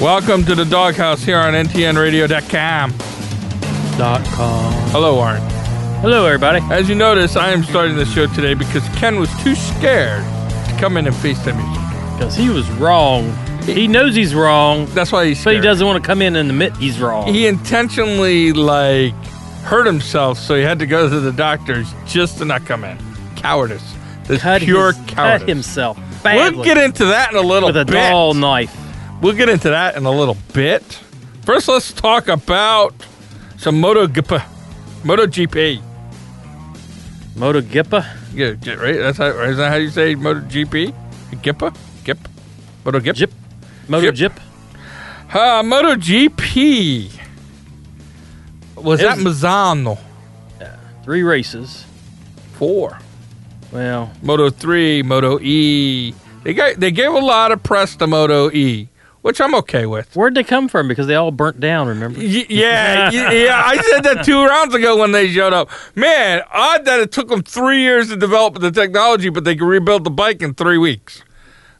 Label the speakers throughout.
Speaker 1: Welcome to the doghouse here on ntnradio.com.
Speaker 2: Dot com.
Speaker 1: Hello, Arn.
Speaker 2: Hello, everybody.
Speaker 1: As you notice, I am starting the show today because Ken was too scared to come in and FaceTime me.
Speaker 2: Because he was wrong. He knows he's wrong,
Speaker 1: That's why he's
Speaker 2: but
Speaker 1: scared.
Speaker 2: he doesn't want to come in and admit he's wrong.
Speaker 1: He intentionally, like, hurt himself, so he had to go to the doctors just to not come in. Cowardice. This
Speaker 2: cut
Speaker 1: pure
Speaker 2: his- cut
Speaker 1: cowardice.
Speaker 2: himself badly
Speaker 1: We'll get into that in a little
Speaker 2: with a
Speaker 1: bit.
Speaker 2: dull knife.
Speaker 1: We'll get into that in a little bit. First, let's talk about some MotoGP. MotoGP.
Speaker 2: Moto Gippa.
Speaker 1: Yeah, j- right? That's how, isn't that how you say MotoGP? Gippa? Gip? MotoGP?
Speaker 2: Jip. Moto
Speaker 1: Jip.
Speaker 2: Jip.
Speaker 1: Uh, MotoGP. Was
Speaker 2: It
Speaker 1: that
Speaker 2: was-
Speaker 1: Mazzano?
Speaker 2: Three races.
Speaker 1: Four.
Speaker 2: Well,
Speaker 1: Moto three, Moto E. They got they gave a lot of press to Moto E, which I'm okay with.
Speaker 2: where'd they come from? Because they all burnt down, remember?
Speaker 1: Y- yeah, y- yeah. I said that two rounds ago when they showed up. Man, odd that it took them three years to develop the technology, but they could rebuild the bike in three weeks.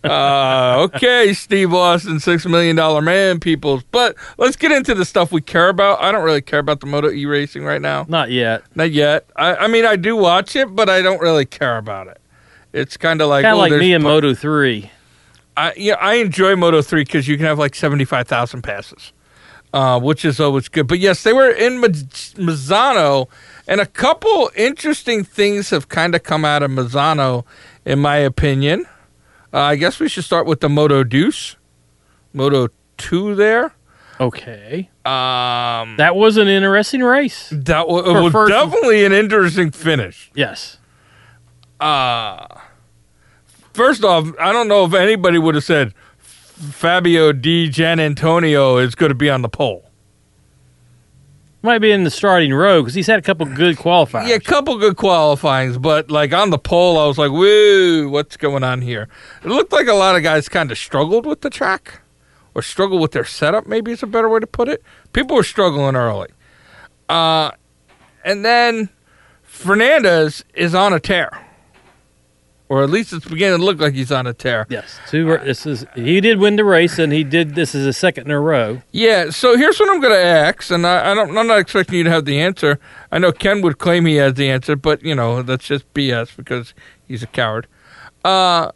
Speaker 1: Uh, okay, Steve Austin, six million dollar man, peoples. But let's get into the stuff we care about. I don't really care about the Moto E racing right now.
Speaker 2: Not yet.
Speaker 1: Not yet. I, I mean, I do watch it, but I don't really care about it. It's kind of like
Speaker 2: Kind of
Speaker 1: oh,
Speaker 2: like
Speaker 1: there's
Speaker 2: me and
Speaker 1: pu-
Speaker 2: Moto 3.
Speaker 1: I yeah, I enjoy Moto three because you can have like seventy five thousand passes, uh, which is always good. But yes, they were in Maz- Mazzano, and a couple interesting things have kind of come out of Mazzano, in my opinion. Uh, I guess we should start with the Moto Deuce, Moto two there.
Speaker 2: Okay.
Speaker 1: Um,
Speaker 2: That was an interesting race.
Speaker 1: that was,
Speaker 2: For
Speaker 1: was
Speaker 2: first-
Speaker 1: definitely an interesting finish.
Speaker 2: Yes.
Speaker 1: uh first off, I don't know if anybody would have said Fabio Di Gian Antonio is going to be on the pole.
Speaker 2: Might be in the starting row because he's had a couple good qualifiers.
Speaker 1: Yeah, a couple good qualifyings, but like on the pole, I was like, "Whoa, what's going on here?" It looked like a lot of guys kind of struggled with the track, or struggled with their setup. Maybe is a better way to put it. People were struggling early, uh, and then Fernandez is on a tear, or at least it's beginning to look like he's on a tear.
Speaker 2: Yes. Two. ra- This is he did win the race, and he did. This is a second in a row.
Speaker 1: Yeah, so here's what I'm going to ask, and I, I don't, I'm not expecting you to have the answer. I know Ken would claim he has the answer, but you know that's just BS because he's a coward. Uh,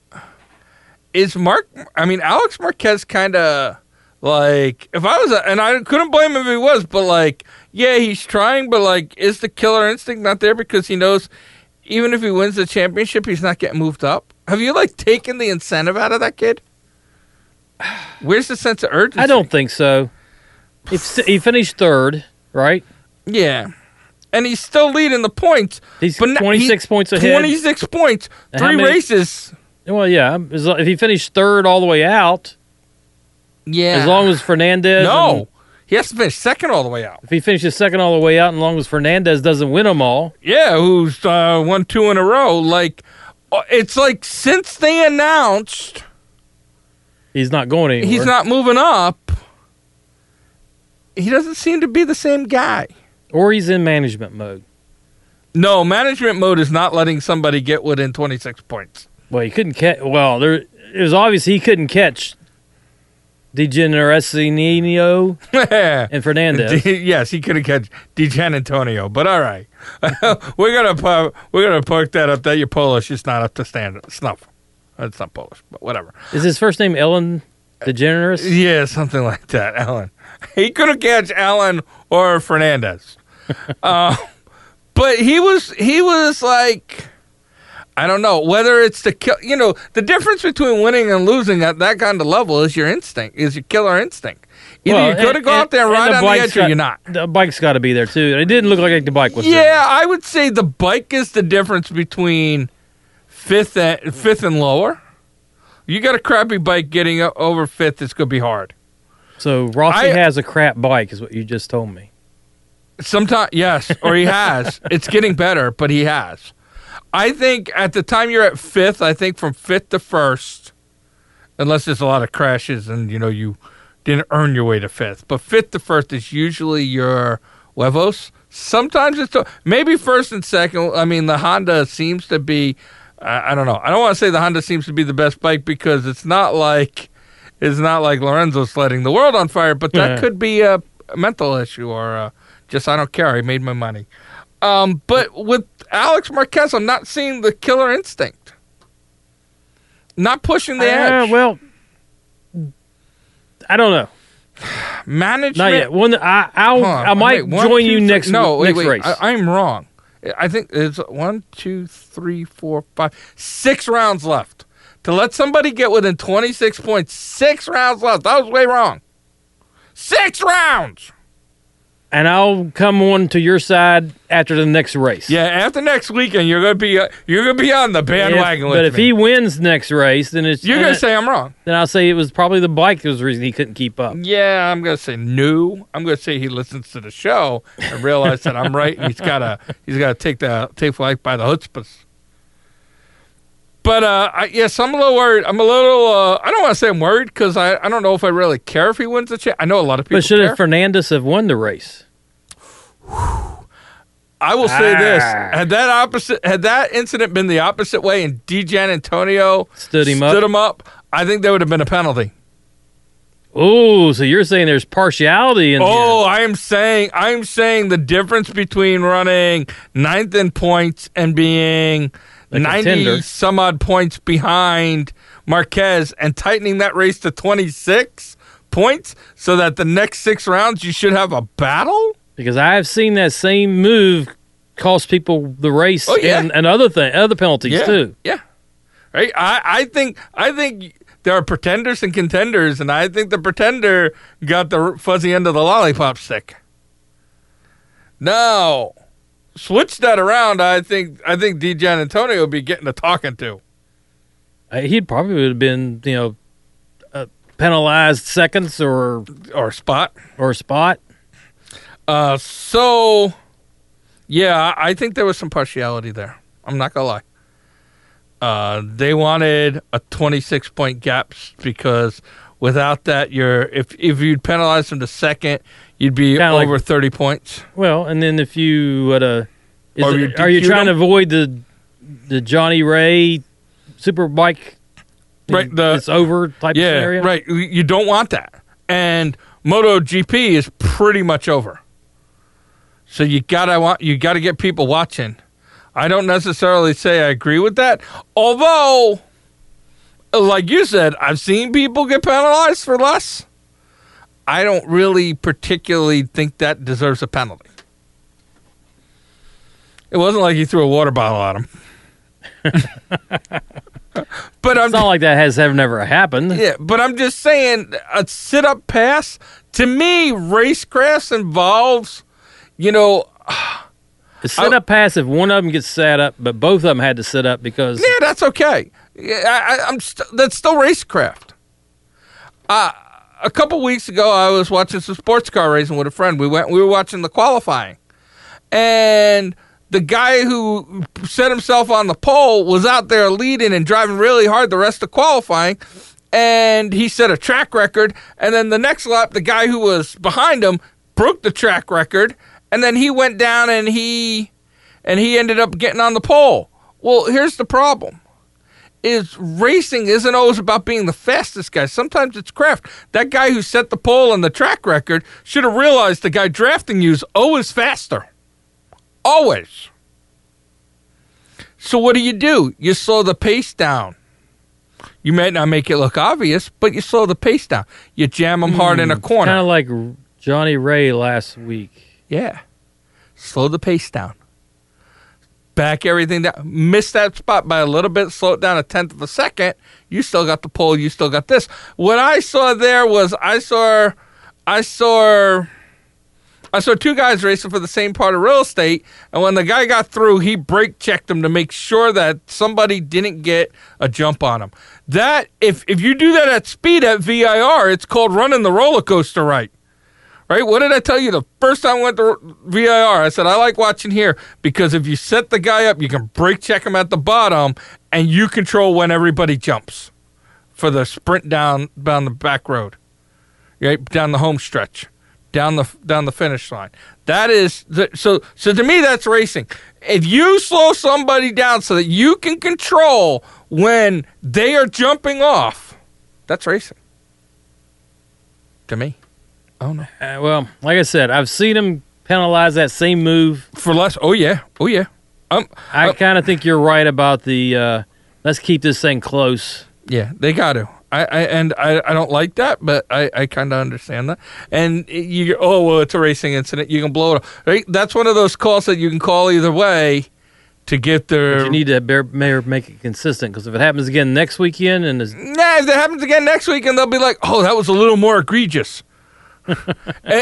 Speaker 1: is Mark? I mean, Alex Marquez kind of like if I was, a, and I couldn't blame him if he was, but like, yeah, he's trying, but like, is the killer instinct not there because he knows even if he wins the championship, he's not getting moved up? Have you like taken the incentive out of that kid? Where's the sense of urgency?
Speaker 2: I don't think so. He, f- he finished third, right?
Speaker 1: Yeah. And he's still leading the points.
Speaker 2: He's
Speaker 1: But no-
Speaker 2: twenty six
Speaker 1: he-
Speaker 2: points ahead.
Speaker 1: 26 points,
Speaker 2: And how
Speaker 1: three
Speaker 2: many-
Speaker 1: races.
Speaker 2: Well, yeah. as lo- If he finished third all the way out,
Speaker 1: Yeah.
Speaker 2: as long as Fernandez. and-
Speaker 1: No. He has to finish second all the way out.
Speaker 2: if he finishes second all the way out, and as long as Fernandez doesn't win them all,
Speaker 1: Yeah, who's uh, won two in a row. Like, uh, it's like since they announced
Speaker 2: he's not going anywhere.
Speaker 1: he's not moving up, he doesn't seem to be the same guy.
Speaker 2: or he's in management mode.
Speaker 1: No, management mode is not letting somebody get within 26 points.
Speaker 2: Well, he couldn't catch. Well, there it was obvious he couldn't catch DeGeneresino and Fernandez.
Speaker 1: D- yes, he could have catch DeGan Antonio, but all right, we're gonna pu- we're gonna poke that up. That you're Polish, it's not up to standard snuff. It's not Polish, but whatever.
Speaker 2: Is his first name Ellen DeGeneres?
Speaker 1: Yeah, something like that. Alan, he could have catch Alan or Fernandez, uh, but he was he was like. I don't know whether it's the kill. You know, the difference between winning and losing at that kind of level is your instinct, is your killer instinct. Either
Speaker 2: Well,
Speaker 1: you're going to
Speaker 2: and-
Speaker 1: go out there and
Speaker 2: and-
Speaker 1: ride
Speaker 2: and the
Speaker 1: on the
Speaker 2: bike's
Speaker 1: edge, or
Speaker 2: got-
Speaker 1: you're not.
Speaker 2: The bike's got to be there too. It didn't look like the bike was. there.
Speaker 1: Yeah, I would say the bike is the difference between fifth and fifth and lower. You got a crappy bike getting o- over fifth, it's gonna be hard.
Speaker 2: So Rossi
Speaker 1: I-
Speaker 2: has a crap bike, is what you just told me.
Speaker 1: Sometimes yes, or he has. It's getting better, but he has. I think at the time you're at fifth, I think from fifth to first, unless there's a lot of crashes and you know you didn't earn your way to fifth, but fifth to first is usually your huevos. Sometimes it's maybe first and second. I mean, the Honda seems to be. I I don't know. I don't want to say the Honda seems to be the best bike because it's not like is not like Lorenzo's letting the world on fire, but that
Speaker 2: Yeah.
Speaker 1: could be a mental issue or uh, just I don't care. I made my money. Um, but with Alex Marquez, I'm not seeing the killer instinct. Not pushing the
Speaker 2: Uh,
Speaker 1: edge.
Speaker 2: well, I don't know.
Speaker 1: Management.
Speaker 2: Not yet. One, I, I'll,
Speaker 1: Hold on,
Speaker 2: I might
Speaker 1: wait, one,
Speaker 2: join
Speaker 1: two,
Speaker 2: you
Speaker 1: three-
Speaker 2: next
Speaker 1: No, wait,
Speaker 2: next
Speaker 1: wait,
Speaker 2: race.
Speaker 1: I, I'm wrong. I think it's one, two, three, four, five, six rounds left. To let somebody get within 26 points, six rounds left. I was way wrong. Six rounds.
Speaker 2: and I'll come on to your side after the next race.
Speaker 1: Yeah, after next weekend, you're gonna be uh, you're gonna be on the
Speaker 2: If-
Speaker 1: bandwagon with
Speaker 2: but if
Speaker 1: me.
Speaker 2: he wins next race, then it's
Speaker 1: you're
Speaker 2: then,
Speaker 1: gonna
Speaker 2: I-
Speaker 1: say I'm wrong.
Speaker 2: then I'll say it was probably the bike that was the reason he couldn't keep up.
Speaker 1: Yeah, I'm gonna say no. I'm gonna say he listens to the show and realize that I'm right, and he's gotta he's gotta take the take life by the chutzpahs. But uh, I, yes, I'm a little worried. I'm a little. Uh, I don't want to say I'm worried because I, I don't know if I really care if he wins the cha- I know a lot of people
Speaker 2: But should
Speaker 1: care.
Speaker 2: have Fernandez have won the race?
Speaker 1: I will say this:
Speaker 2: Ah.
Speaker 1: had that opposite, had that incident been the opposite way, and DeJan Antonio
Speaker 2: Stood him up?
Speaker 1: I think there would have been a penalty.
Speaker 2: Oh, so you're saying there's partiality in
Speaker 1: Oh, I am saying I'm saying the difference between running ninth in points and being
Speaker 2: A
Speaker 1: ninety
Speaker 2: contender.
Speaker 1: some odd points behind Marquez and tightening that race to twenty six points so that the next six rounds you should have a battle?
Speaker 2: because I've seen that same move cost people the race
Speaker 1: Oh, yeah.
Speaker 2: and, and other thing, other penalties too.
Speaker 1: Yeah. Right? I, I think I think there are pretenders and contenders, and I think the pretender got the fuzzy end of the lollipop stick. Now, switch that around. I think I think DJ Antonio would be getting a talking to.
Speaker 2: Uh, He'd probably would have been you know uh, penalized seconds or
Speaker 1: Or spot.
Speaker 2: or spot.
Speaker 1: Uh, so, yeah, I I think there was some partiality there. I'm not gonna lie. Uh, they wanted a 26 point gap s- because without that, you're if if you'd penalize them to second, you'd be
Speaker 2: Kinda like-
Speaker 1: over 30 points.
Speaker 2: Well, and then if you would uh, is
Speaker 1: Or
Speaker 2: it-
Speaker 1: you
Speaker 2: are you
Speaker 1: DQ'd
Speaker 2: trying to
Speaker 1: him?
Speaker 2: avoid the the Johnny Ray superbike?
Speaker 1: Right, the-
Speaker 2: it's over type
Speaker 1: yeah,
Speaker 2: scenario.
Speaker 1: right. You- You don't want that. And MotoGP is pretty much over. So you gotta want you gotta get people watching. I don't necessarily say I agree with that, although, like you said, I've seen people get penalized for less. I don't really particularly think that deserves a penalty. It wasn't like he threw a water bottle at him. but I'm
Speaker 2: It's not like that has have never happened.
Speaker 1: yeah, but I'm just saying a sit up pass to me, racecraft involves, you know,
Speaker 2: A sit up pass if one of them gets sat up, but both of them had to sit up because
Speaker 1: yeah, that's okay. Yeah, I, I, I'm st- that's still racecraft. Uh, a couple weeks ago, I was watching some sports car racing with a friend. We went, we were watching the qualifying, and the guy who set himself on the pole was out there leading and driving really hard the rest of qualifying. And he set a track record. And then the next lap, the guy who was behind him broke the track record. And then he went down and he and he ended up getting on the pole. Well, here's the problem. Is racing isn't always about being the fastest guy. Sometimes it's craft. That guy who set the pole and the track record should have realized the guy drafting you's always faster. Always. So what do you do? You slow the pace down. You may not make it look obvious, but you slow the pace down. You jam them hard in a corner.
Speaker 2: kind of like Johnny Ray last week.
Speaker 1: Yeah. Slow the pace down. Back everything down. Miss that spot by a little bit, slow it down a tenth of a second. You still got the pole, you still got this. What I saw there was I saw I saw I saw two guys racing for the same part of real estate, and when the guy got through, he brake checked him to make sure that somebody didn't get a jump on him. That if if you do that at speed at VIR, it's called running the roller coaster right. Right? What did I tell you the first time I went to VIR? I said I like watching here because if you set the guy up, you can brake check him at the bottom, and you control when everybody jumps for the sprint down down the back road, right down the home stretch, down the down the finish line. That is the, so. So to me, that's racing. If you slow somebody down so that you can control when they are jumping off, that's racing. to me. Oh no,
Speaker 2: Uh, well, like I said, I've seen him penalize that same move.
Speaker 1: for less. Oh yeah, oh yeah. Um,
Speaker 2: I
Speaker 1: Oh.
Speaker 2: kind of think you're right about the uh, let's keep this thing close.
Speaker 1: yeah, they got to. I, I and I, I don't like that, but I, I kind of understand that. And you oh well, it's a racing incident. You can blow it. Off. Right? That's one of those calls that you can call either way to get
Speaker 2: But
Speaker 1: their.
Speaker 2: you need to bear, mayor make it consistent because if it happens again next weekend and it's,
Speaker 1: Nah, if that happens again next week, and they'll be like, "Oh, that was a little more egregious." A-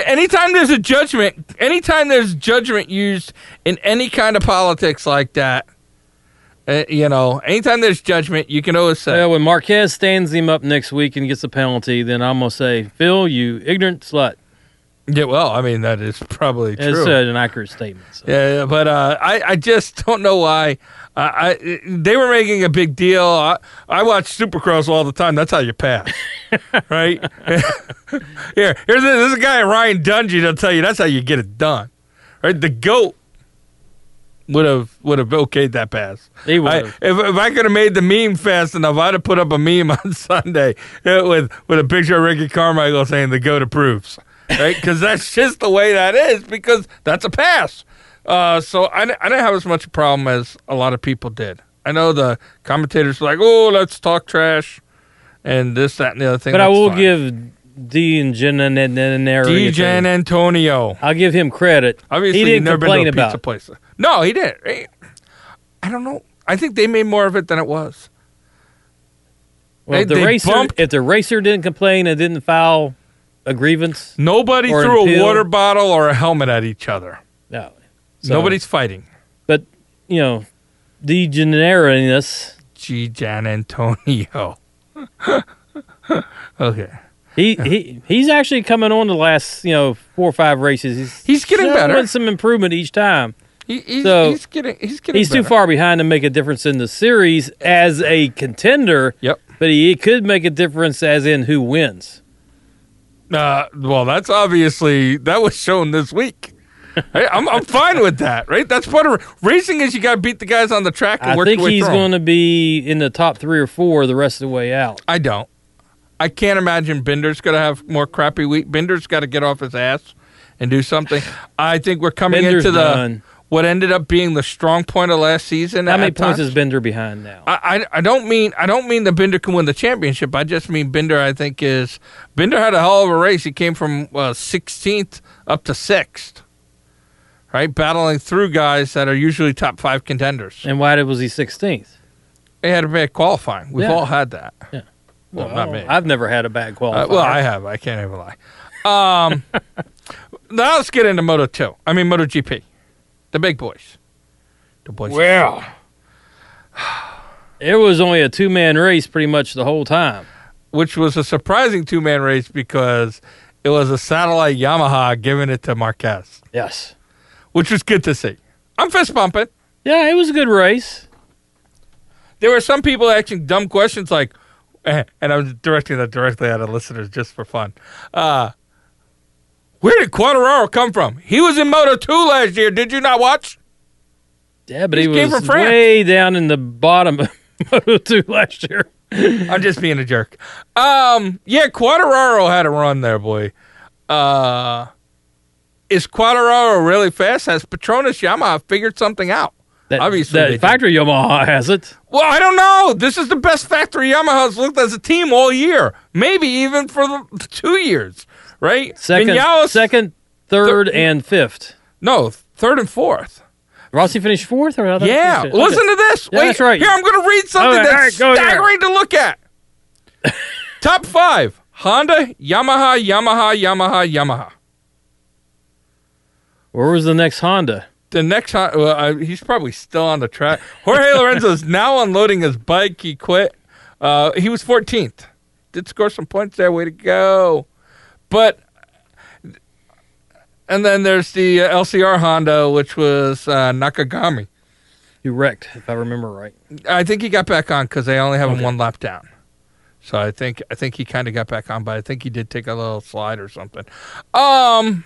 Speaker 1: anytime there's a judgment, anytime there's judgment used in any kind of politics like that, uh, you know, anytime there's judgment, you can always say,
Speaker 2: well, when Marquez stands him up next week and gets a penalty, then I'm gonna say, Phil, you ignorant slut.
Speaker 1: "Yeah, well, I mean, that is probably true."
Speaker 2: It's uh, an accurate statement. So.
Speaker 1: Yeah, yeah, but uh, I, I just don't know why. I, I they were making a big deal. I, I watch Supercross all the time. That's how you pass, right? Here, here's this, this guy Ryan Dungey. They'll tell you that's how you get it done, right? The goat would have would have okayed that pass.
Speaker 2: He
Speaker 1: I,
Speaker 2: would.
Speaker 1: if, if I could have made the meme fast enough, I'd have put up a meme on Sunday uh, with with a picture of Ricky Carmichael saying the goat approves, right? Because that's just the way that is. Because that's a pass. Uh, so I, di- I didn't have as much problem as a lot of people did. I know the commentators were like, "Oh, let's talk trash," and this, that, and the other thing.
Speaker 2: But I
Speaker 1: That's
Speaker 2: will
Speaker 1: fine.
Speaker 2: give D and Gennaro.
Speaker 1: DJ Antonio.
Speaker 2: I'll give him credit.
Speaker 1: Obviously,
Speaker 2: he
Speaker 1: he
Speaker 2: didn't
Speaker 1: never
Speaker 2: complain
Speaker 1: been to a
Speaker 2: about.
Speaker 1: pizza
Speaker 2: it.
Speaker 1: place. No, he didn't. He- I don't know. I think they made more of it than it was.
Speaker 2: Well, if
Speaker 1: They-
Speaker 2: the
Speaker 1: they
Speaker 2: racer,
Speaker 1: bumped-
Speaker 2: if the racer didn't complain and didn't file a grievance,
Speaker 1: Nobody
Speaker 2: Or
Speaker 1: threw a
Speaker 2: until-
Speaker 1: water bottle or a helmet at each other.
Speaker 2: no. So,
Speaker 1: Nobody's fighting.
Speaker 2: But you know, the degenerateness.
Speaker 1: G. Jan Antonio. okay.
Speaker 2: He he he's actually coming on the last you know four or five races. He's
Speaker 1: He's getting
Speaker 2: showing
Speaker 1: better.
Speaker 2: Some improvement each time.
Speaker 1: He, he's,
Speaker 2: So,
Speaker 1: he's getting. He's getting.
Speaker 2: He's too
Speaker 1: better.
Speaker 2: far behind to make a difference in the series as a contender,
Speaker 1: Yep.
Speaker 2: but he could make a difference as in who wins.
Speaker 1: Uh, well, that's obviously that was shown this week. Hey, I'm I'm fine with that, right? That's part of racing is you got to beat the guys on the track. And
Speaker 2: I
Speaker 1: work
Speaker 2: think
Speaker 1: your way
Speaker 2: he's
Speaker 1: through 'em.
Speaker 2: going to be in the top three or four the rest of the way out.
Speaker 1: I don't. I can't imagine Bender's going to have more crappy week. Bender's got to get off his ass and do something. I think we're coming
Speaker 2: Bender's
Speaker 1: into the
Speaker 2: done.
Speaker 1: what ended up being the strong point of last season.
Speaker 2: How
Speaker 1: at
Speaker 2: many points
Speaker 1: times.
Speaker 2: is Bender behind now?
Speaker 1: I, I I don't mean I don't mean that Bender can win the championship. I just mean Bender. I think is Bender had a hell of a race. He came from uh, sixteenth up to sixth, right? Battling through guys that are usually top five contenders.
Speaker 2: and why did was he 16th?
Speaker 1: They had a bad qualifying. We've
Speaker 2: Yeah.
Speaker 1: all had that.
Speaker 2: Yeah.
Speaker 1: Well, not me.
Speaker 2: I've never had a bad qualifier.
Speaker 1: Uh, well, I have. I can't even lie. Um, now let's get into Moto Two. I mean Moto GP, the big boys, the boys.
Speaker 2: well, it was only a two man race pretty much the whole time.
Speaker 1: which was a surprising two man race because it was a satellite Yamaha giving it to Marquez,
Speaker 2: Yes.
Speaker 1: which was good to see. I'm fist bumping.
Speaker 2: Yeah, it was a good race.
Speaker 1: There were some people asking dumb questions like, eh, and I was directing that directly at our listeners just for fun. Uh, where did Quateraro come from? He was in Moto 2 last year. Did you not watch?
Speaker 2: Yeah, but
Speaker 1: He
Speaker 2: he,
Speaker 1: came
Speaker 2: was
Speaker 1: from France.
Speaker 2: way down in the bottom of Moto 2 last year.
Speaker 1: I'm just being a jerk. Um, yeah, Quateraro had a run there, boy. Uh, is Quateraro really fast? Has Patronus Yamaha figured something out?
Speaker 2: That,
Speaker 1: Obviously they
Speaker 2: that
Speaker 1: did.
Speaker 2: factory Yamaha has it.
Speaker 1: Well, I don't know. This is the best factory Yamaha's looked as a team all year, maybe even for the two years, right?
Speaker 2: Second,
Speaker 1: Vinales-
Speaker 2: second, third,
Speaker 1: Thir-
Speaker 2: and fifth.
Speaker 1: no, third and fourth.
Speaker 2: Rossi finished fourth, or I thought he
Speaker 1: Yeah,
Speaker 2: finished-
Speaker 1: listen
Speaker 2: okay.
Speaker 1: to this.
Speaker 2: Yeah,
Speaker 1: Wait,
Speaker 2: that's right.
Speaker 1: Here, I'm going to read something
Speaker 2: Okay, all
Speaker 1: that's
Speaker 2: right, go there.
Speaker 1: staggering to look at. Top five: Honda, Yamaha, Yamaha, Yamaha, Yamaha.
Speaker 2: Where was the next Honda?
Speaker 1: the next time, well, I, he's probably still on the track. Jorge Lorenzo's now unloading his bike. He quit. Uh, he was 14th. Did score some points there. Way to go. But, and then there's the uh, LCR Honda, which was uh, Nakagami.
Speaker 2: You wrecked, if I remember right.
Speaker 1: I think he got back on because they only have him
Speaker 2: Okay.
Speaker 1: one lap down. So I think I think he kind of got back on, but I think he did take a little slide or something. Um,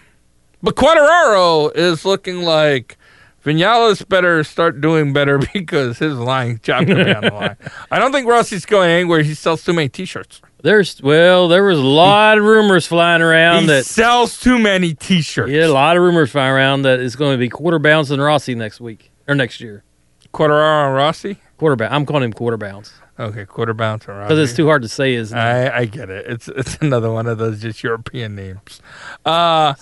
Speaker 1: but Quateraro is looking like Vinales better start doing better because his line job could be on the line. I don't think Rossi's going anywhere. He sells too many T-shirts.
Speaker 2: There's well, there was a lot of rumors flying around
Speaker 1: He
Speaker 2: that
Speaker 1: sells too many T-shirts.
Speaker 2: yeah, a lot of rumors flying around that it's going to be quarter bounce and Rossi next week or next year.
Speaker 1: Quarter hour on Rossi.
Speaker 2: Quarter bounce. I'm calling him quarter bounce
Speaker 1: Okay, quarter bounce on Rossi.
Speaker 2: because it's too hard to say. Is
Speaker 1: I, I get it. It's it's another one of those just European names. Uh,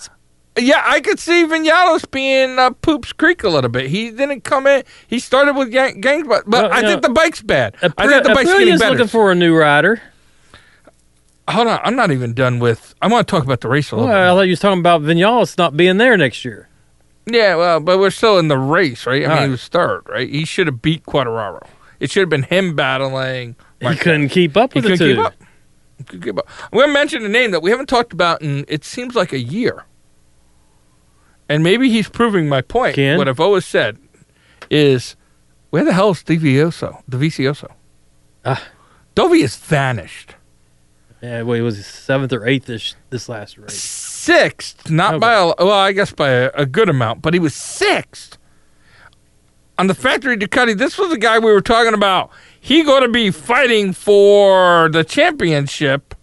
Speaker 1: yeah, I could see Vinales being uh, Poops Creek a little bit. He didn't come in. He started with gang, gang but, but
Speaker 2: Well,
Speaker 1: I
Speaker 2: you
Speaker 1: think
Speaker 2: know,
Speaker 1: the bike's bad.
Speaker 2: Apri-
Speaker 1: I think the bike's getting
Speaker 2: Aprilia's
Speaker 1: better.
Speaker 2: looking for a new rider.
Speaker 1: Hold on, I'm not even done with. I want to talk about the race a
Speaker 2: Well,
Speaker 1: little
Speaker 2: I thought you was talking about Vinales not being there next year.
Speaker 1: bit. Yeah, well, but we're still in the race, right? I mean,
Speaker 2: All right.
Speaker 1: he was third, right? He should have beat Quateraro. It should have been him battling.
Speaker 2: He
Speaker 1: Marquez.
Speaker 2: couldn't keep up
Speaker 1: He
Speaker 2: with the
Speaker 1: couldn't
Speaker 2: two.
Speaker 1: keep up. He could keep up. I'm going to mention a name that we haven't talked about in it seems like a year, and maybe he's proving my point.
Speaker 2: Ken?
Speaker 1: What I've always said is, where the hell is Dovizioso? Dovizioso.
Speaker 2: Ah.
Speaker 1: Dovi has vanished.
Speaker 2: Yeah, well, he was seventh or eighth this this last race.
Speaker 1: sixth, not
Speaker 2: Okay.
Speaker 1: by a, well, I guess by a, a good amount, but he was sixth on the factory Ducati. This was the guy we were talking about. He going to be fighting for the championship.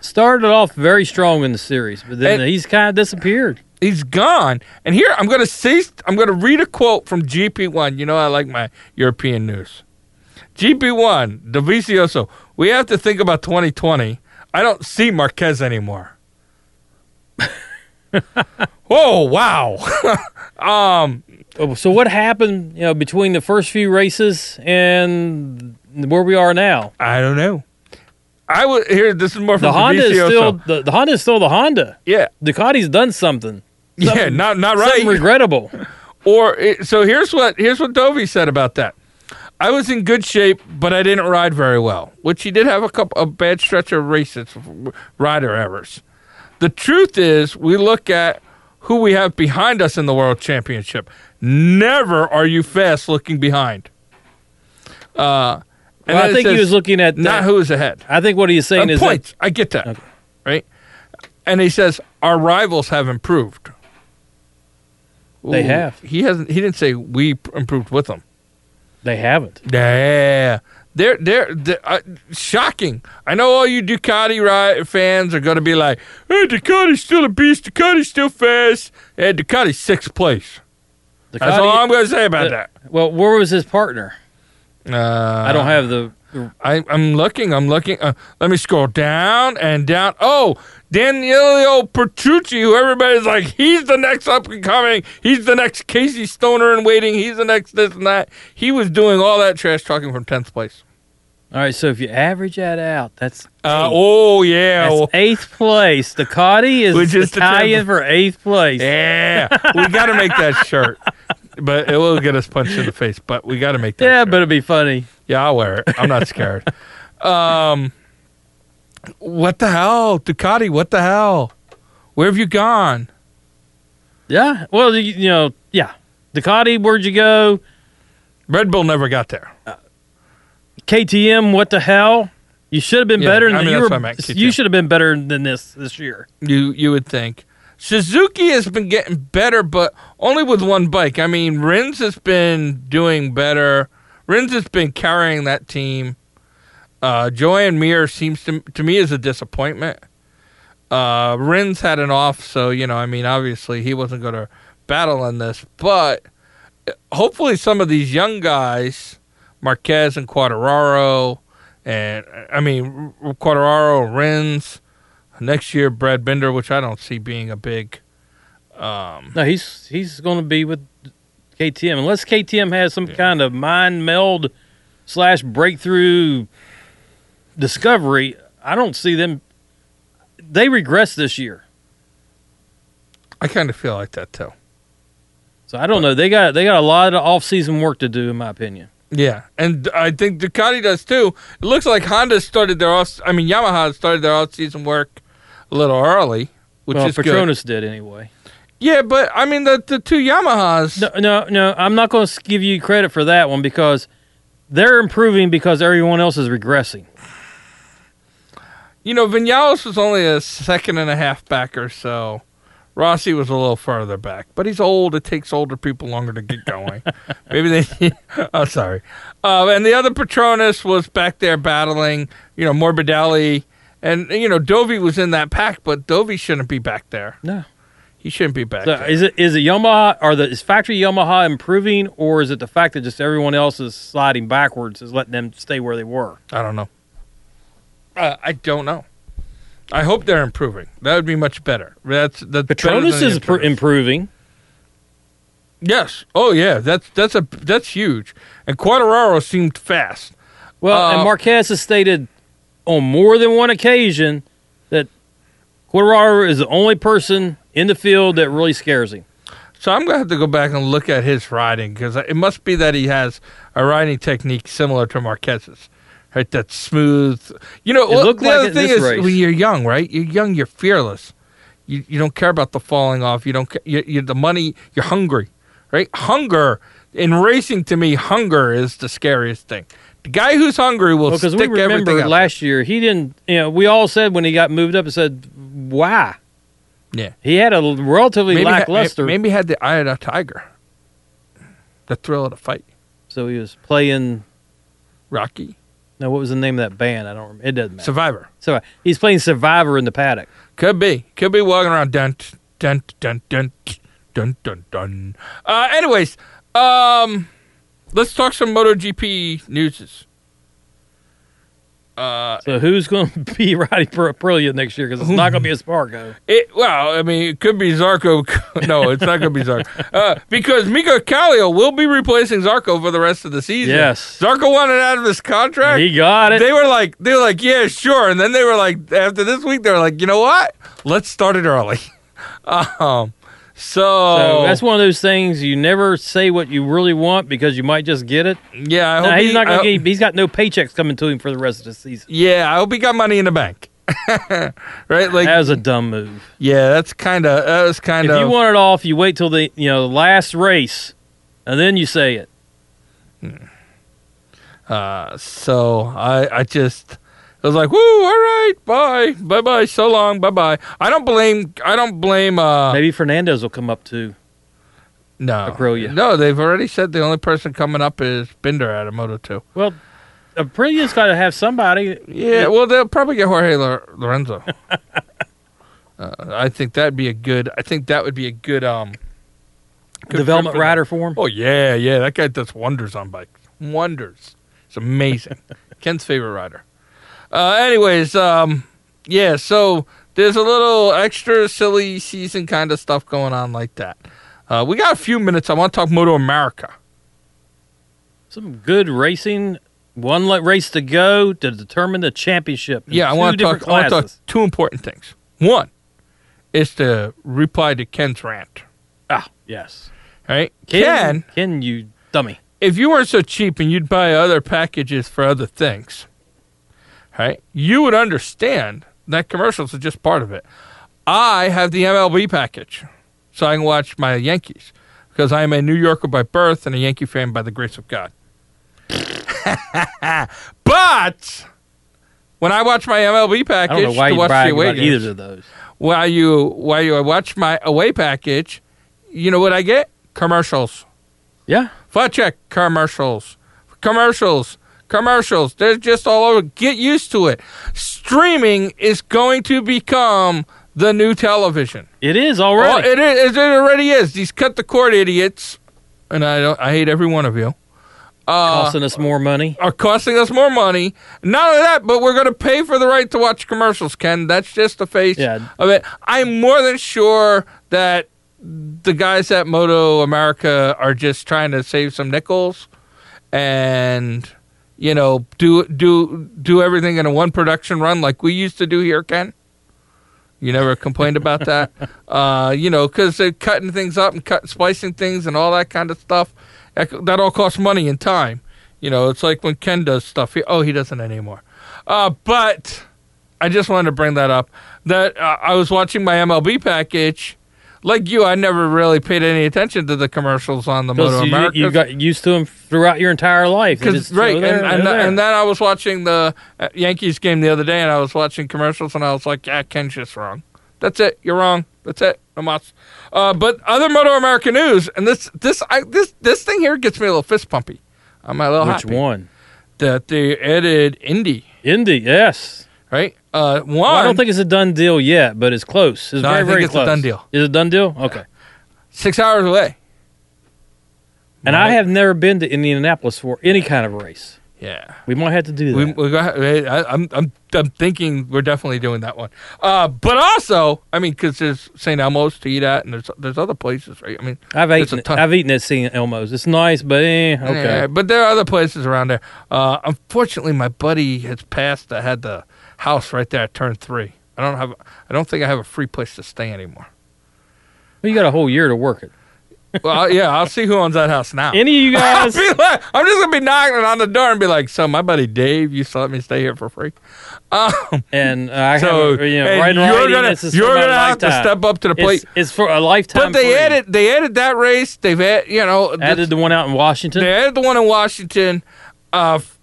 Speaker 2: Started off very strong in the series, but then
Speaker 1: And-
Speaker 2: he's kind of disappeared.
Speaker 1: He's gone, and here I'm going to say I'm going to read a quote from GP1. You know, I like my European news. GP1, Dovizioso. We have to think about 2020. I don't see Marquez anymore. oh wow! um,
Speaker 2: Oh, So what happened, you know, between the first few races and where we are now?
Speaker 1: I don't know. I would here. This is more from
Speaker 2: The Honda is
Speaker 1: Dovizioso.
Speaker 2: still the, the Honda is still the Honda.
Speaker 1: yeah,
Speaker 2: Ducati's done something,
Speaker 1: yeah, not not right.
Speaker 2: something regrettable.
Speaker 1: or it, so here's what here's what Dovey said about that. I was in good shape, but I didn't ride very well, which he did have a couple a bad stretch of races, rider errors. The truth is, we look at who we have behind us in the world championship. Never are you fast looking behind. Uh, and then
Speaker 2: Well, I
Speaker 1: it
Speaker 2: think he
Speaker 1: says,
Speaker 2: was looking at
Speaker 1: not
Speaker 2: the-
Speaker 1: who's ahead.
Speaker 2: I think what he's saying
Speaker 1: Uh,
Speaker 2: is that
Speaker 1: points. I get that, right? And he says our rivals have improved.
Speaker 2: They
Speaker 1: Ooh,
Speaker 2: have.
Speaker 1: He hasn't. He didn't say we p- improved with them.
Speaker 2: they haven't.
Speaker 1: Yeah, they're they're, they're, uh, shocking. I know all you Ducati ri fans are going to be like, "Hey, Ducati's still a beast. Ducati's still fast. Hey, Ducati's sixth place." That's all I'm going to say about
Speaker 2: Uh,
Speaker 1: that.
Speaker 2: Well, where was his partner?
Speaker 1: Uh,
Speaker 2: I don't have the.
Speaker 1: I, I'm looking. I'm looking. Uh, let me scroll down and down. Oh, Danielio Petrucci, who everybody's like, he's the next up and coming. He's the next Casey Stoner in waiting. He's the next this and that. He was doing all that trash talking from tenth place.
Speaker 2: All right, so if you average that out, that's
Speaker 1: Uh,
Speaker 2: eighth.
Speaker 1: oh yeah,
Speaker 2: That's
Speaker 1: Well,
Speaker 2: eighth place. Ducati is
Speaker 1: Which is the
Speaker 2: Italian
Speaker 1: tenth-
Speaker 2: for eighth place.
Speaker 1: yeah. we got to make that shirt, but it will get us punched in the face. But we got to make that.
Speaker 2: Yeah,
Speaker 1: shirt.
Speaker 2: but it'd be funny.
Speaker 1: Yeah, I'll wear it. I'm not scared. um, what the hell, Ducati? What the hell? Where have you gone?
Speaker 2: Yeah. Well, you, you know, yeah. Ducati, where'd you go?
Speaker 1: Red Bull never got there.
Speaker 2: KTM, what the hell? You should have been
Speaker 1: Yeah,
Speaker 2: better. Than
Speaker 1: I mean,
Speaker 2: you,
Speaker 1: that's
Speaker 2: were-
Speaker 1: what I meant, KTM.
Speaker 2: you should have been better than this this year.
Speaker 1: You you would think Suzuki has been getting better, but only with one bike. I mean, Rins has been doing better. Rins has been carrying that team. Uh, Joanne Mir seems to to me is a disappointment. Uh, Rins had an off, so you know, I mean, obviously he wasn't going to battle in this, but hopefully some of these young guys, Marquez and Quateraro, and I mean Quateraro, Rins, next year Brad Bender, which I don't see being a big. Um,
Speaker 2: No, he's he's going to be with KTM unless KTM has some kind of mind meld slash breakthrough discovery. I don't see them. They regress this year,
Speaker 1: I kind of feel like that too.
Speaker 2: so I don't know. They got they got a lot of off season work to do, in my opinion.
Speaker 1: Yeah, and I think Ducati does too. It looks like Honda started their off. I mean, Yamaha started their off-season work a little early, which
Speaker 2: well,
Speaker 1: is good.
Speaker 2: Petronas did anyway.
Speaker 1: Yeah, but I mean the the two Yamahas.
Speaker 2: No, no, no. I'm not going to give you credit for that one because they're improving because everyone else is regressing.
Speaker 1: You know, Vinales was only a second and a half back or so. Rossi was a little further back, but he's old. It takes older people longer to get going. Maybe they. oh, sorry. Uh, and the other Patronus was back there battling. You know, Morbidelli, and you know Dovey was in that pack, but Dovey shouldn't be back there.
Speaker 2: No.
Speaker 1: He shouldn't be back
Speaker 2: So
Speaker 1: there.
Speaker 2: is it is it Yamaha or the is factory Yamaha improving or is it the fact that just everyone else is sliding backwards is letting them stay where they were?
Speaker 1: I don't know. Uh, I don't know. I hope they're improving. That would be much better. That's that's
Speaker 2: Patronus
Speaker 1: better than
Speaker 2: is
Speaker 1: the
Speaker 2: pr-
Speaker 1: Antares.
Speaker 2: improving.
Speaker 1: yes. Oh yeah. That's that's a that's huge. And Quateraro seemed fast.
Speaker 2: Well,
Speaker 1: Uh,
Speaker 2: and Marquez has stated on more than one occasion that Cordero is the only person in the field that really scares him.
Speaker 1: So I'm gonna have to go back and look at his riding because it must be that he has a riding technique similar to Marquez's, right? That smooth. You know,
Speaker 2: It
Speaker 1: well,
Speaker 2: looked
Speaker 1: the
Speaker 2: like
Speaker 1: other
Speaker 2: it
Speaker 1: thing
Speaker 2: this
Speaker 1: is
Speaker 2: race.
Speaker 1: when you're young, right? You're young, you're fearless. You you don't care about the falling off. You don't. ca- You, you the money. You're hungry, right? Hunger in racing to me, hunger is the scariest thing. The guy who's hungry will
Speaker 2: Because
Speaker 1: stick
Speaker 2: we
Speaker 1: everything
Speaker 2: remember
Speaker 1: up.
Speaker 2: last year he didn't. You know, we all said when he got moved up and said, "Why?"
Speaker 1: Yeah.
Speaker 2: He had a relatively
Speaker 1: maybe ha-
Speaker 2: lackluster,
Speaker 1: maybe had the eye of the tiger. The thrill of the fight,
Speaker 2: so he was playing.
Speaker 1: Rocky
Speaker 2: No, what was the name of that band? I don't remember. It doesn't matter.
Speaker 1: Survivor.
Speaker 2: So he's playing Survivor in the paddock.
Speaker 1: Could be. Could be walking around. Dun t- dun t- dun dun t- dun dun dun. Uh, anyways, um, let's talk some MotoGP newses. Uh,
Speaker 2: So who's going to be riding for Aprilia next year? Because it's not going to be a Spargo.
Speaker 1: it well, I mean, it could be Zarco. no, it's not going to be Zarco uh, because Miko Kallio will be replacing Zarco for the rest of the season.
Speaker 2: Yes.
Speaker 1: Zarco wanted out of his contract.
Speaker 2: He got it.
Speaker 1: they were like, they were like, yeah, sure. And then they were like, after this week, they were like, you know what? Let's start it early. um, so,
Speaker 2: So that's one of those things you never say what you really want because you might just get it.
Speaker 1: Yeah, I hope
Speaker 2: Now, he's
Speaker 1: he-
Speaker 2: not
Speaker 1: I
Speaker 2: going
Speaker 1: hope-
Speaker 2: to get. He's got no paychecks coming to him for the rest of the season.
Speaker 1: Yeah, I hope he got money in the bank. right? Like,
Speaker 2: that was a dumb move.
Speaker 1: yeah, that's kind of that was kind
Speaker 2: If you
Speaker 1: of.
Speaker 2: want it off, you wait till the you know last race, and then you say it.
Speaker 1: Uh, so I I just I was like, woo, all right, bye, bye, bye, so long, bye, bye. I don't blame I don't blame. uh
Speaker 2: Maybe Fernandez will come up too.
Speaker 1: No,
Speaker 2: Aprilia.
Speaker 1: no, they've already said the only person coming up is Binder at a Moto Two.
Speaker 2: Well, Aprilia's got to Uh, have somebody.
Speaker 1: Yeah, well, they'll probably get Jorge Lo- Lorenzo. uh, I think that'd be a good. I think that would be a good um good
Speaker 2: development
Speaker 1: fit for them.
Speaker 2: rider for him.
Speaker 1: Oh yeah, yeah. That guy does wonders on bikes. Wonders. It's amazing. Ken's favorite rider. Uh, anyways, um, yeah. So there's a little extra silly season kind of stuff going on like that. Uh, we got a few minutes. I want to talk Moto America.
Speaker 2: Some good racing. One le- race to go to determine the championship. in
Speaker 1: Yeah, I
Speaker 2: two
Speaker 1: want to
Speaker 2: different
Speaker 1: talk. I want to talk
Speaker 2: classes.
Speaker 1: two important things. One is to reply to Ken's rant.
Speaker 2: Ah, yes.
Speaker 1: Right,
Speaker 2: Ken,
Speaker 1: Ken.
Speaker 2: Ken, you dummy.
Speaker 1: If you weren't so cheap and you'd buy other packages for other things, right? You would understand that commercials are just part of it. I have the MLB package, so I can watch my Yankees because I am a New Yorker by birth and a Yankee fan by the grace of God. but when I watch my MLB package
Speaker 2: I don't know why
Speaker 1: to
Speaker 2: you
Speaker 1: watch the
Speaker 2: brag
Speaker 1: away
Speaker 2: about
Speaker 1: games,
Speaker 2: either of those.
Speaker 1: while you while you watch my away package, you know what I get? Commercials.
Speaker 2: Yeah.
Speaker 1: Fat check commercials, commercials, commercials. They're just all over. Get used to it. Streaming is going to become the new television.
Speaker 2: It is already.
Speaker 1: Oh, it is. It already is. These cut the cord idiots, and I don't. I hate every one of you. Uh,
Speaker 2: costing us more money.
Speaker 1: are costing us more money. Not only that, but we're going to pay for the right to watch commercials, Ken. That's just the face
Speaker 2: Yeah.
Speaker 1: of it. I'm more than sure that the guys at Moto America are just trying to save some nickels and you know do do do everything in a one production run like we used to do here, Ken. You never complained about that, uh, you know, because they're cutting things up and cut, splicing things and all that kind of stuff. That, that all costs money and time. You know, it's like when Ken does stuff. He, oh, he doesn't anymore. Uh, but I just wanted to bring that up. That uh, I was watching my MLB package. Like you, I never really paid any attention to the commercials on the Moto
Speaker 2: Because you,
Speaker 1: America.
Speaker 2: you got used to them throughout your entire life. They
Speaker 1: Because
Speaker 2: just
Speaker 1: right,
Speaker 2: go there,
Speaker 1: and
Speaker 2: go
Speaker 1: and,
Speaker 2: there.
Speaker 1: and then I was watching the uh, Yankees game the other day, and I was watching commercials, and I was like, "Yeah, Ken's just wrong. That's it. You're wrong. That's it. No mas. Uh, but other Moto America news, and this this I, this this thing here gets me a little fist pumpy. I'm a little
Speaker 2: Which
Speaker 1: happy
Speaker 2: one?
Speaker 1: that they added Indy.
Speaker 2: Indy, yes.
Speaker 1: Right. Uh, one.
Speaker 2: Well, I don't think it's a done deal yet, but it's close. It's
Speaker 1: No, I
Speaker 2: very,
Speaker 1: think
Speaker 2: very
Speaker 1: it's a
Speaker 2: close.
Speaker 1: done deal.
Speaker 2: Is it a done deal? Okay.
Speaker 1: six hours away.
Speaker 2: And
Speaker 1: Right.
Speaker 2: I have never been to Indianapolis for any kind of race.
Speaker 1: Yeah.
Speaker 2: We might have to do that.
Speaker 1: We, we got, I, I'm, I'm, I'm thinking we're definitely doing that one. Uh, but also, I mean, because there's St. Elmo's to eat at, and there's there's other places, right? I mean,
Speaker 2: I've
Speaker 1: it's a
Speaker 2: eaten. it-
Speaker 1: ton-
Speaker 2: I've eaten at St. Elmo's. It's nice, but eh, okay.
Speaker 1: yeah, but there are other places around there. Uh, unfortunately, my buddy has passed. that had the house right there at turn three. I don't have. I don't think I have a free place to stay anymore.
Speaker 2: Well, you got a whole year to work it.
Speaker 1: Well, I- yeah, I'll see who owns that house now.
Speaker 2: Any of you
Speaker 1: I'll
Speaker 2: guys?
Speaker 1: be like, I'm just gonna be knocking on the door and be like, "So, my buddy Dave used to let me stay here for free."
Speaker 2: and uh, I
Speaker 1: so,
Speaker 2: have, you know,
Speaker 1: and
Speaker 2: right and
Speaker 1: you're
Speaker 2: riding,
Speaker 1: gonna,
Speaker 2: this is for
Speaker 1: you're
Speaker 2: my
Speaker 1: gonna have to
Speaker 2: lifetime.
Speaker 1: step up to the plate.
Speaker 2: It's, it's for a lifetime.
Speaker 1: But they
Speaker 2: free.
Speaker 1: added they added that race. They've add, you know
Speaker 2: added the one out in Washington.
Speaker 1: they added the one in Washington. Uh, f-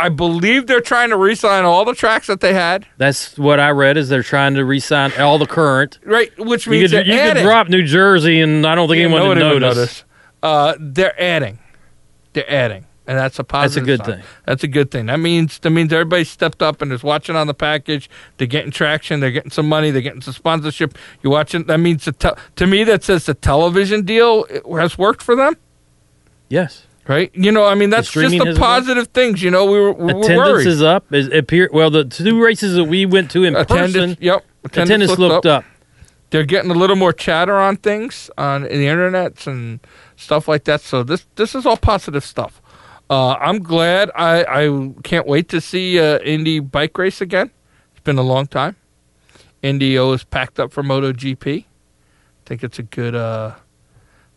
Speaker 1: I believe they're trying to resign all the tracks that they had.
Speaker 2: That's what I read. Is they're trying to re-sign all the current.
Speaker 1: Right, which
Speaker 2: You
Speaker 1: means
Speaker 2: could, you
Speaker 1: they're
Speaker 2: could
Speaker 1: adding.
Speaker 2: drop New Jersey, and I don't think
Speaker 1: Yeah,
Speaker 2: anyone would
Speaker 1: nobody
Speaker 2: notice.
Speaker 1: would notice. Uh, they're adding. They're adding, and that's a
Speaker 2: That's a
Speaker 1: positive.
Speaker 2: good
Speaker 1: sign.
Speaker 2: thing.
Speaker 1: That's a good thing. That means that means everybody stepped up and is watching on the package. They're getting traction. They're getting some money. They're getting some sponsorship. You're watching. That means the tel to me that says the television deal has worked for them.
Speaker 2: Yes,
Speaker 1: Right? You know, I mean, that's just
Speaker 2: streaming
Speaker 1: the
Speaker 2: has-
Speaker 1: positive things. You know, we were, we were
Speaker 2: attendance
Speaker 1: worried.
Speaker 2: is up. Is appear well the two races that we went to in person.
Speaker 1: yep.
Speaker 2: Attendance, looked up.
Speaker 1: They're getting a little more chatter on things on in the internets and stuff like that. So this this is all positive stuff. Uh, I'm glad. I, I can't wait to see uh, Indy bike race again. It's been a long time. Indio is packed up for MotoGP. Think it's a good. Uh,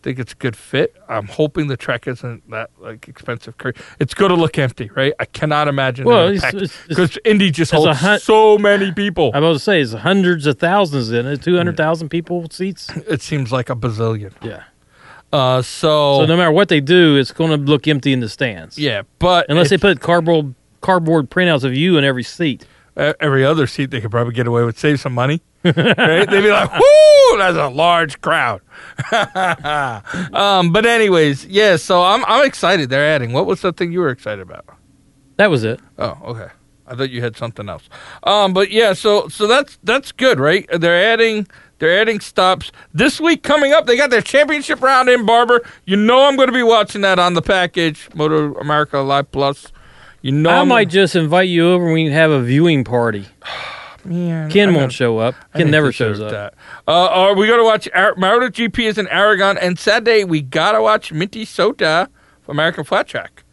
Speaker 1: think it's a good fit. I'm hoping the track isn't that like expensive. cra- It's going to look empty, right? I cannot imagine.
Speaker 2: Well,
Speaker 1: it
Speaker 2: it's-
Speaker 1: packed-
Speaker 2: it's- it's-
Speaker 1: because Indy just
Speaker 2: There's a
Speaker 1: holds
Speaker 2: hun-
Speaker 1: so many people.
Speaker 2: I was about to say it's hundreds of thousands in it, two hundred thousand people seats.
Speaker 1: It seems like a bazillion.
Speaker 2: Yeah.
Speaker 1: Uh, so,
Speaker 2: So no matter what they do, it's going to look empty in the stands.
Speaker 1: yeah, but
Speaker 2: Unless they
Speaker 1: if-
Speaker 2: put cardboard cardboard printouts of you in every seat.
Speaker 1: e- every other seat they could probably get away with save some money. right? They'd be like, "Whoo, that's a large crowd." um, but anyways, yeah. So I'm I'm excited. They're adding. What was the thing you were excited about?
Speaker 2: That was it.
Speaker 1: Oh, okay. I thought you had something else. Um, but yeah, so so that's that's good, right? They're adding they're adding stops this week coming up. They got their championship round in Barber. You know I'm going to be watching that on the package Motor America Live Plus. You know
Speaker 2: I
Speaker 1: I'm
Speaker 2: might just invite you over and we can have a viewing party.
Speaker 1: Man,
Speaker 2: Ken
Speaker 1: I
Speaker 2: won't
Speaker 1: didn't-
Speaker 2: show up.
Speaker 1: I
Speaker 2: Ken
Speaker 1: didn't
Speaker 2: never
Speaker 1: deserve
Speaker 2: shows up.
Speaker 1: That. Uh, are we going to watch Ar- MotoGP is in Aragon and Saturday we got to watch Minty Sota for American Flat Track.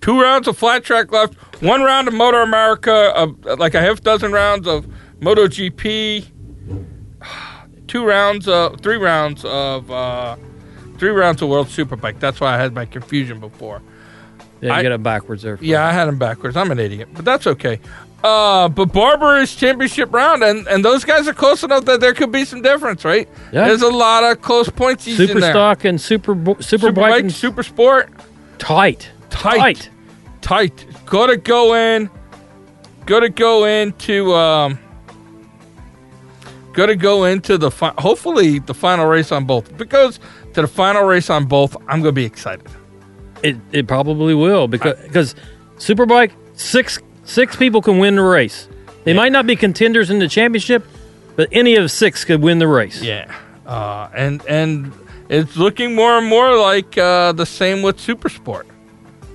Speaker 1: Two rounds of flat track left. One round of Motor America, uh, like a half dozen rounds of MotoGP. Two rounds, uh, three rounds of uh, three rounds of World Superbike. That's why I had my confusion before.
Speaker 2: Yeah, you
Speaker 1: I-
Speaker 2: got it backwards there.
Speaker 1: Yeah, I had him backwards. I'm an idiot, but that's okay. Uh, but Barber is championship round, and, and those guys are close enough that there could be some difference, right?
Speaker 2: Yeah.
Speaker 1: There's a lot of close points he's
Speaker 2: Super
Speaker 1: in there.
Speaker 2: stock and super bo- super,
Speaker 1: super
Speaker 2: bike
Speaker 1: bike,
Speaker 2: and
Speaker 1: super sport,
Speaker 2: tight.
Speaker 1: tight, tight. Gotta go in. Gotta go into um. Gotta go into the fi- hopefully the final race on both. If it goes to the final race on both, I'm gonna be excited.
Speaker 2: It it probably will because because Superbike six six people can win the race. They might not be contenders in the championship, but any of six could win the race.
Speaker 1: Yeah, uh, and and it's looking more and more like uh, the same with Supersport,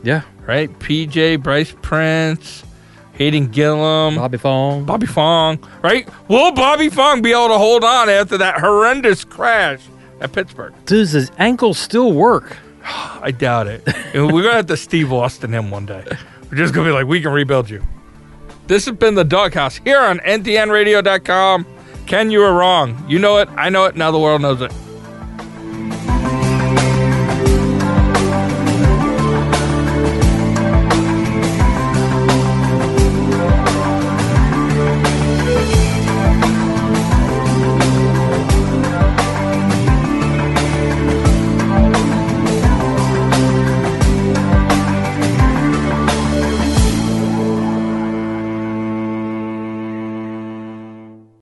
Speaker 2: yeah.
Speaker 1: right? PJ, Bryce Prince, Hayden Gillum,
Speaker 2: Bobby Fong.
Speaker 1: Bobby Fong, right? Will Bobby Fong be able to hold on after that horrendous crash at Pittsburgh?
Speaker 2: Does his ankles still work?
Speaker 1: I doubt it. And We're gonna have to Steve Austin him one day. We're just gonna be like, we can rebuild you. This has been the Doghouse here on ntnradio.com. Ken, you were wrong. You know it. I know it. Now the world knows it.